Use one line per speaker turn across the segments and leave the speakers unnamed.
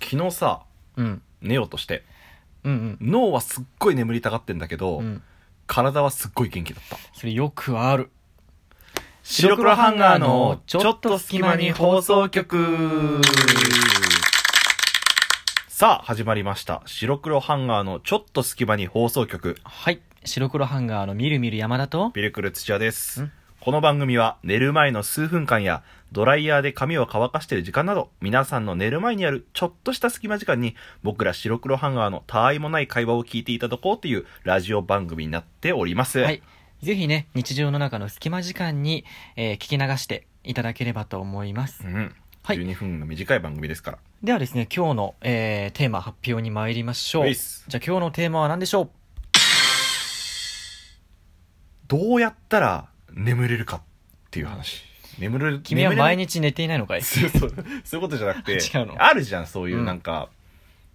昨日さ
うん
寝ようとして
うん
脳はすっごい眠りたがってんだけど、
うんうん
体はすっごい元気だった
それよくある
白黒ハンガーのちょっと隙間に放送局さあ始まりました白黒ハンガーのちょっと隙間に放送局
はい白黒ハンガーのみるみる山田と
ビルクル土屋です
ん
この番組は寝る前の数分間やドライヤーで髪を乾かしている時間など皆さんの寝る前にあるちょっとした隙間時間に僕ら白黒ハンガーの他愛もない会話を聞いていただこうというラジオ番組になっております、
はいぜひね日常の中の隙間時間に、えー聞き流していただければと思います
うん、
はい
12分の短い番組ですから
ではですね今日の、えーテーマ発表に参りましょ
う
う
いっ
じ
す
ゃあ今日のテーマは何でしょう
どうやったら眠れるかっていう話眠れる
君は毎
日
日寝ていないのか い
そうそうそういうことじゃなくて
違うの
あるじゃんそういう
うん
なんか、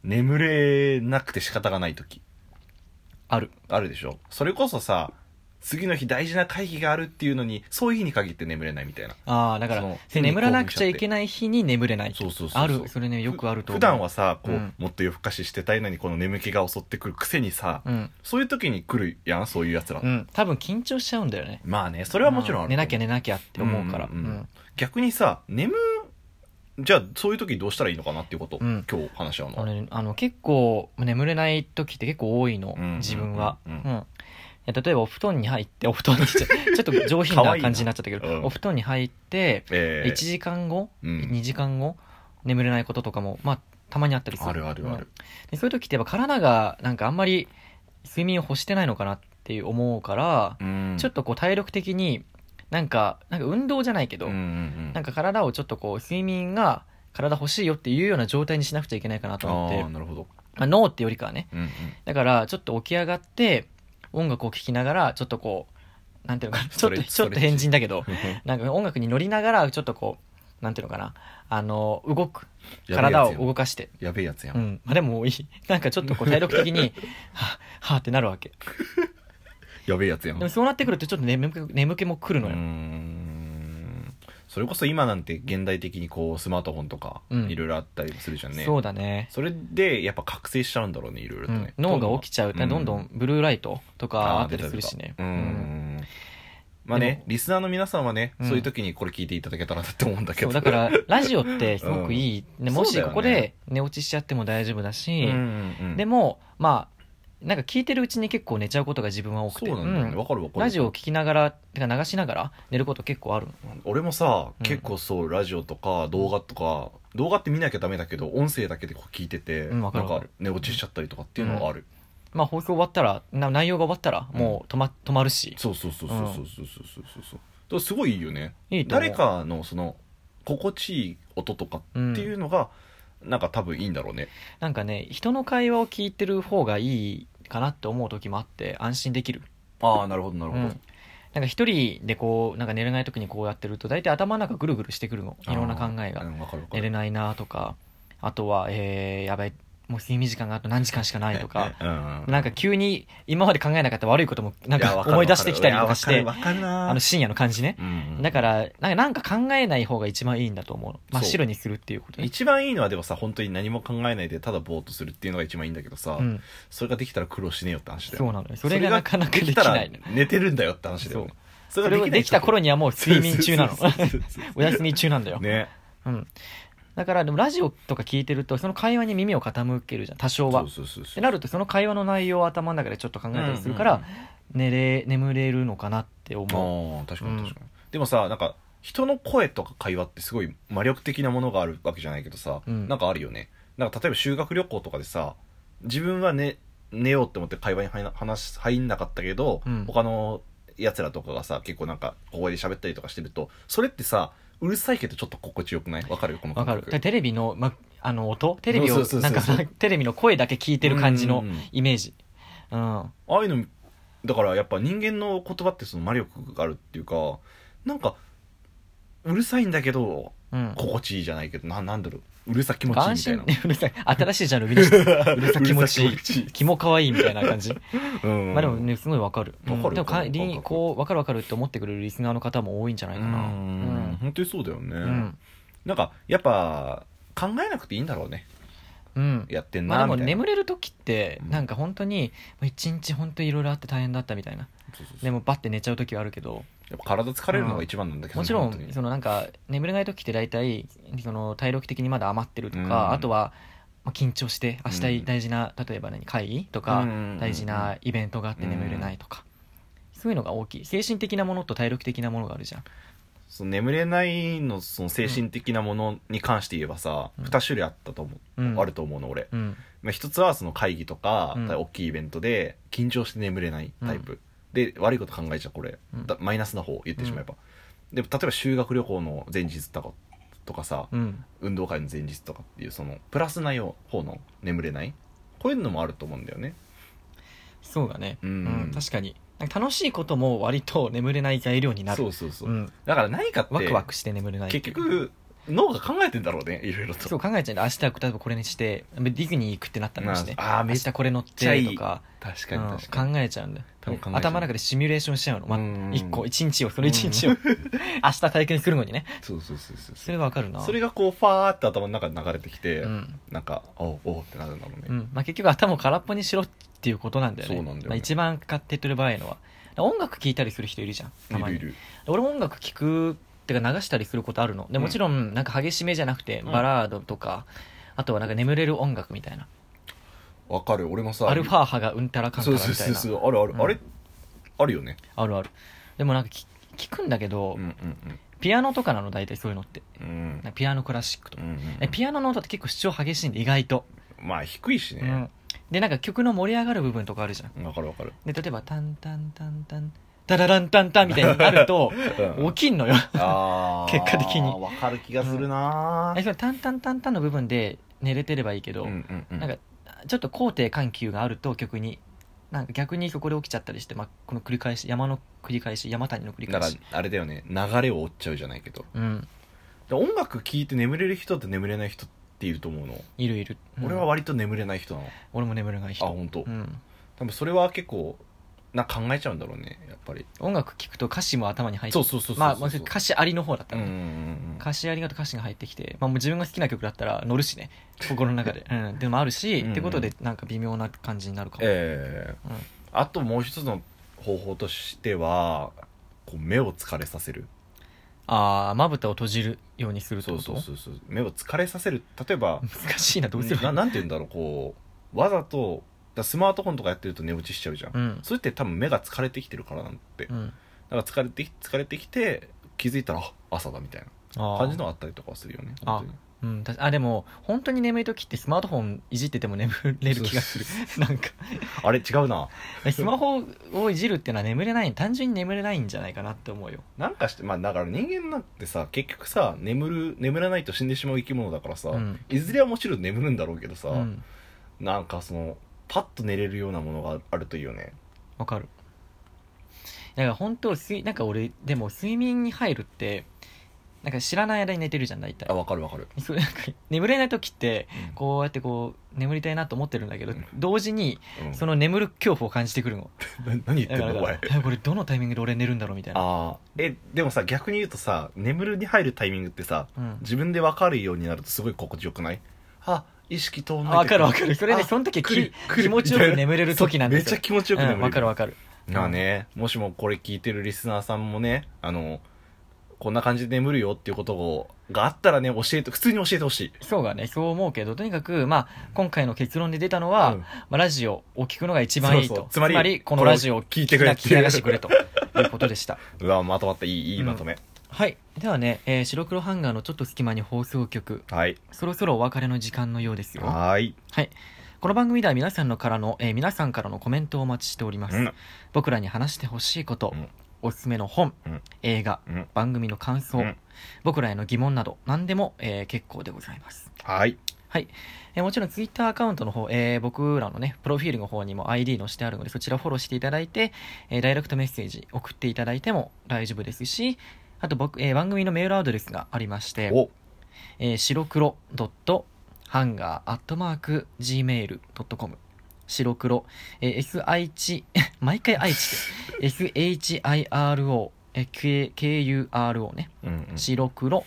眠れなくて仕方がない時
ある
あるでしょそれこそさ次の日大事な会議があるっていうのにそういう日に限って眠れないみたいな
ああだから
その
そう眠らなくちゃいけない日に眠れない
そうそうそうそう
あるそれねよくあると
ふ
思
普
う
段はさこう、
うん
もっと夜更かししてたいのにこの眠気が襲ってくるくせにさ、
うん、
そういう時に来るやんそういうやつら、
うん、多分緊張しちゃうんだよね
まあねそれはもちろんあ
う
る
寝なきゃ
ね
寝なきゃって思うから
う
うんん、
うんうん逆にさ眠じゃあそういう時どうしたらいいのかなっていうこと、
うん
今日話し合うの
あ
は
のねあの結構眠れない時って結構多いの、
うん
自分は、
う
うんん
うん
いや例えばお布団に入ってお布団にしち ゃちょっと上品
可愛
ない
な
感じになっちゃったけど
うん
お布団に入って
えー
1時間後、
うん
2時間後眠れないこととかもまあたまにあったりする
あるあるある、
うんでそういう時ってやっぱ体がなんかあんまり睡眠を欲してないのかなっていう思うから、
うん
ちょっとこう体力的になんかなんか運動じゃないけど、
うんうんう
な
ん
んか体をちょっとこう睡眠が体欲しいよっていうような状態にしなくちゃいけないかなと思
あ
って
あなるほど、
まあ、脳ってよりかはね
うんうん、
だからちょっと起き上がって音楽を聴きながらちょっとこうなんていうのかな
ス
ちょ
ト
っ
レッ
と
チ
ちょっと変人だけど
や
なんか音楽に乗りながらちょっとこうなんていうのかなあの動く
べえ
体を
やつやん
動かして
やべえやつやん、
うんまあでももういいなんかちょっとこう体力的に はあはあってなるわけ
やべえやつやん
でもそうなってくるとちょっと眠気眠気も来るの
うー
よ
んそれこそ今なんて現代的にこうスマートフォンとか
うん
いろいろあったりするじゃんね、
そうだね
それでやっぱ覚醒しちゃうんだろうねいろいろとね、
うん脳が起きちゃう
どんどん
どんどんブルーライトとかあったり
出
するしね
出たうん、まあ
で
ね
も
リスナーの皆さんはね、
うん
そういう時にこれ聞いていただけたらなって思うんだけど
そう だからラジオってすごくいい、ね
そ
も
うだ
し
よね
ここで寝落ちしちゃっても大丈夫だ
う
し、
んうんうん
でもまあなんか聞いてるうちに結構寝ちゃうことが自分は多く
そ
て
うなんだよね
うん
わ、かるわかる
ラジオを聞きながらてか流しながら寝ること結構ある
俺もさ、
うん
結構そうラジオとか動画とか動画って見なきゃダメだけど音声だけでこう聞いてて、
うんわかるわかる
なんか寝落ちしちゃったりとかっていうのはある、
まあ放送終わったらな内容が終わったらもう止ま止まるし、
そうそうそうそうそうそうそうそうそうだからすごいいいよね
いいと思う
誰かのその心地いい音とかっていうのが、なんか多分いいんだろうね
なんかね人の会話を聞いてる方がいいかなって思う時もあって安心できる
ああなるほどなる
うんなんか一人でこうなんか寝れない時にこうやってると大体頭の中ぐるぐるしてくるのいろんな考えが
あーうんわかるわか
寝
る
れないなとかあとはえー、やばいもう睡眠時間があと何時間しかないとか
うんうん
なんか急に今まで考えなかった悪いこともなん
いや
か
わる
思い出してきたりとかし
い
て
やわかるわかるな
あの深夜の感じね
うんうん
だからなんかなんか考えない方が一番いいんだと思うの真っ
そう
白にするっていうことね
一番いいのはでもさ本当に何も考えないでただぼーっとするっていうのが一番いいんだけどさ、
うん、
それができたら苦労しねえよって話だよ
そうなのよそれがなかなかでき
それが
ない
でき
の
たら寝てるんだよって話だよねそ
それ
が
をできた頃
に
にはもう睡眠中なの
そうそうそう そう
お休み中なんだよ、
ね
うん、だからでもラジオとか聞いてるとその会話に耳を傾けるじゃん多少は
そうそうそう
っ
そ
て
う
なるとその会話の内容を頭の中でちょっと考えたりするか
うん
ら
うん
寝れ眠れるのかなって思う
ああ確かに
うん
確かに、でもさなんか人の声とか会話ってすごい魔力的なものがあるわけじゃないけどさ、
うん
なんかあるよねなんか例えば修学旅行とかでさ自分は、ね、寝ようって思って会話に入ら話入んなかったけど、
うん
他のやつらとかがさ結構なんかここで喋ったりとかしてるとそれってさうるさいけどちょっと心地よくないわかるこの
わ
感覚
かるだからテレビの,、ま、あの音テレビ
そう
を
そうそう
な
そうん
かテレビの声だけ聞いてる感じの
うんうんうん
イメージうん
ああいうのだからやっぱ人間の言葉ってその魔力があるっていうかなんかうるさいんだけど
うん
心地いいじゃないけどななんだろううるさ気持ちいい
安
みたい
心
な
うるさい新しいジャンル見てきたうるさ気持ち
気
いい
持ちいい
気も可愛いみたいな感じ
うん
まあでもねすごいわかる
わかる
うんでもか
わかる
りこうわかるわかるって思ってくれるリスナーの方も多いんじゃな
う
いかなうんん
本当にそうだよね、
うん
なんかやっぱ考えなくていいんだろうね
うん
やってん
ま
な
あ、でも
みたいな、
眠れる時って
うん
なんか本当にまあ一日本当にいろいろあって大変だったみたいな
そうそうそう
でもバッて寝ちゃう時はあるけど
やっぱ体疲れるのが一番なんだけど
も
ね、
ちろ
本当
ん
に
そのなんか眠れない時って大体その体力的にまだ余ってるとか、
うん
あとはまあ緊張して明日大事な、例えば何会議とか、
うん
大事なイベントがあって眠れないとか、そういうのが大きい精神的なものと体力的なものがあるじゃん
その眠れないのその精神的なものに関して言えばさ、
うん
2種類あったと思う、
うん
あると思うの俺、
うん
まあ、一つはその会議とか、
うん
大きいイベントで緊張して眠れないタイプ、で悪いこと考えちゃうこれ、
うん
だマイナスな方言ってしまえば、でも例えば修学旅行の前日とかとかさ、
うん
運動会の前日とかっていうそのプラスなよ方の眠れないこういうのもあると思うんだよね
そうだね、
うん
確かになんか楽しいことも割と眠れない材料になる
そうそうそう、
うん
だから何かって
ワクワクして眠れないっていう
結局脳が考えてんだろうねいろいろと
そう考えちゃうんだ明日は例えばこれにしてディズニー行くってなったらして
まああーめ
明
っ
日これ乗っ
ちゃ
て
いい
とか
確か
う
に
ん
確かに、
考えちゃうんだよ
多分考えちゃう
頭の中でシミュレーションしちゃうの、ま
うん
一個一日をその一 日を明日体験するのにね
そうそうそうそう
それはわかるな
それがこうファーって頭の中に流れてきて、
うん
なんかおうおうってなるんだろうね、
うんまあ、結局頭を空っぽにしろっていうことなんだよね
そうなんだよね
まあ、一番買って取る場合のは音楽聴いたりする人いるじゃんたまに
いるいる
俺も音楽聴くってか流したりすることあるので
うん
もちろんなんか激しめじゃなくて
うん
バラードとか、あとはなんか眠れる音楽みたいな
わかる俺もさ
アルファ波がうんたらかんた
そ
ら
う
みたい
そう
な
そうそうあるある、
うん
あれあるよね
あるあるでもなんかき聞くんだけど、
うんうん
ピアノとかなの大体そういうのって
うんうん
なんかピアノクラシックと
う
か、
んうん
えピアノの音って結構主張激しいんで意外と、
まあ低いし
う
ね
ん、でなんか曲の盛り上がる部分とかあるじゃん
わ、かるわかる
で例えば「タンタンタンタンタラランタンタン」みたいになる と
うん
起きんのよ
あー
結果的に
わかる気がするな
えそのタンタンタンタンの部分で寝れてればいいけど、
うんうんうん
なんかちょっと高低緩急があると曲になんか逆にそこで起きちゃったりして、まあ、この繰り返し山の繰り返し山谷の繰り
だ
返
から
し
あれだよね流れを追っちゃうじゃないけど
うん
で音楽聴いて眠れる人と眠れない人っていると思うの、
いるいる、うん
俺は割と眠れない人なのあ
俺も眠れない人
本当、
うん、
多分それは結構なんか考えちゃうんだろうねやっぱり
音楽聴くと歌詞も頭に入って
そうそうそうそうそう
まあまあ歌詞ありの方だった
うん
ら
うん
ね、
うん
歌詞ありがと歌詞が入ってきて、まあ、もう自分が好きな曲だったら乗るし ね心の中で、うん、でもあるし
うん
ってことでなんか微妙な感じになるかも、
ええ
うん
あともう一つの方法としてはこう目を疲れさせる
ああまぶたを閉じるようにするって
そ
こ
う
と
そうそうそう目を疲れさせる例えば
難しいなどうすればいい
ななんて言うんだろうこうわざとだスマートフォンとかやってると寝落ちしちゃうじゃん、
うん
それって多分目が疲れてきてるからなんて、
う
だ
ん
から疲れてき疲れてきて気づいたらあ朝だみたい
あ
な
ー
感じのあったりとかはするよね本当に
うん、たあでも本当に眠い時ってスマートフォンいじってても眠れる気 がする なんか
あれ違うな
スマホをいじるっていうのは眠れない単純に眠れないんじゃないかなって思うよ
なんかしてまあだから人間なんてさ結局さ眠る眠らないと死んでしまう生き物だからさ、
うん
いずれはもちろん眠るんだろうけどさ、
うん
なんかそのパッと寝れるようなものがあるといいよね
わかるだから本当睡なんか俺でも睡眠に入るってなんか知らない間に寝てるじゃん大体
あわかるわかる、
それなんか眠れない時って
うん
こうやってこう眠りたいなと思ってるんだけど
うん
同時に
うん
その眠る恐怖を感じてくるの
な何言って
だ
ん
から
のお前
えこれどのタイミングで俺寝るんだろうみたいな
ああえでもさ逆に言うとさ眠るに入るタイミングってさ
うん
自分で分かるようになるとすごい心地よくないあ意識遠の
わかるわかる。それで、
あ
その時
来
き
る来る
気持ちよく眠れる時なんで
めっ
す
ち
よ
ゃ。気持ちよく眠れる、
うんわかるわかる。
まあね、もしもこれ聞いてるリスナーさんもね、あの、こんな感じで眠るよっていうことをがあったらね、教えて、普通に教えてほしい。
そうがね、そう思うけど、とにかく、まあ、今回の結論で出たのは、
うん
まあ、ラジオを聞くのが一番いいと。
そうそうつまり
このラジオを
聞いてくれって
聞
い
き
う
流してくれということでした。
うわ、まとまった、いい、いい
うん
まとめ。
はい。ではね、えー白黒ハンガーのちょっと隙間に放送局、
はい。
そろそろお別れの時間のようですよ。
はーい。
はい。この番組では皆さんのからの、えー皆さんからのコメントをお待ちしております。
うん
僕らに話してほしいこと、
うん
おすすめの本、
うん
映画、
うん
番組の感想、
うん
僕らへの疑問など、何でも、えー結構でございます。
はい。
えーもちろんツイッターアカウントの方、えー僕らのね、プロフィールの方にも ID のしてあるので、そちらフォローしていただいて、えーダイレクトメッセージ送っていただいても大丈夫ですし、あと僕、えー番組のメールアドレスがありまして、
お、
えー、白黒ドットハンガーアットマーク gmail.com 白黒、えー、SH、毎 回愛知で、SHIRO、えー K- KURO ね、
うんうん
白黒、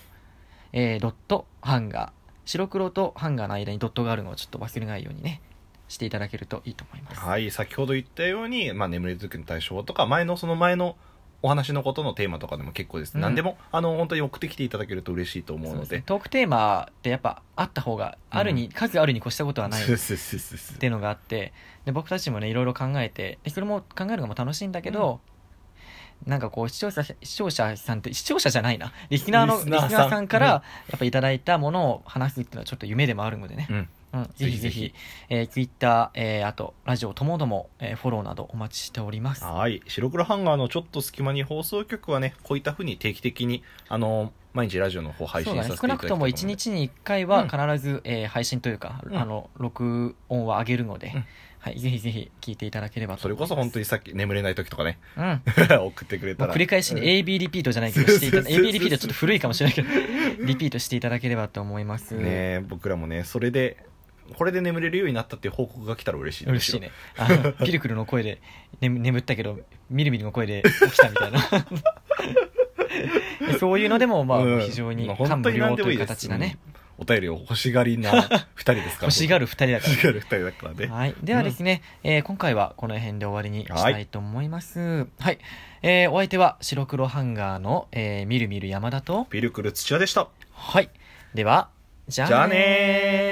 えー、ドットハンガー白黒とハンガーの間にドットがあるのをちょっと忘れないようにねしていただけるといいと思います、
はい、先ほど言ったように、まあ、眠りづくの対象とか、前のその前のお話のことのテーマとかでも結構です。
うん
何でも、あの、本当に送ってきていただけると嬉しいと思う
そう
の
ですね
で。
トークテーマってやっぱあった方があるに、数あるに越したことはない
そうそうそうそうそう
っていうのがあってで僕たちもねいろいろ考えてでそれも考えるのも楽しいんだけど、なんかこう視聴者視聴者さんって視聴者じゃないなリスナー
リ
のリ
ス
ス
ナーさん
ナーさんか
うん
らやっぱいただいたものを話すっていうのはちょっと夢でもあるのでね、
うん
うん
ぜ
ぜひぜ
ひぜ
ひ、えー、Twitter、えーあとラジオともども、えーフォローなどお待ちしております
はい白黒ハンガーのちょっと隙間に放送局はねこういったふうに定期的にあの毎日ラジオの方配
そう
信
だ
させてい
ね少
ただき
なく
たい
と
思
も
うの
1
で
日に1回
う
は
ん
必ず、えー配信というか、
うん
あの録音は上げるので、
うん
はい、ぜひぜひ聞いていただければと
そ
思
れ
いま
こ
す
そ本当にさっき眠れない時とかね
に、うん、
送ってくれ
も
た
う
ら
繰り返しに
うん
AB リピートじゃないけどしていた AB リピートちょっと古いかもしれないけどリピートしていただければと思います、
ねえ僕らもねそれでこれで眠れるようになったっていう報告が来たら嬉しい
嬉しいねあのピルクルの声で、ね、眠ったけどみるみるの声で起きたみたいな そういうのでもまあ
うん
非常に
まあ
感
本当
無
に何
量
で
と
も
い
いういです
形だね
お便りを欲しがりな二人ですから
欲しが
る
る2人だか
欲しがる 二人だからね
らはいではですね、えー今回はこの辺で終わりにしたいと思いますはい、えーお相手は白黒ハンガーの、えーみるみる山田と
ピルクル土屋でした
はいではじゃ
じゃ
あ
あ
ねー
ねー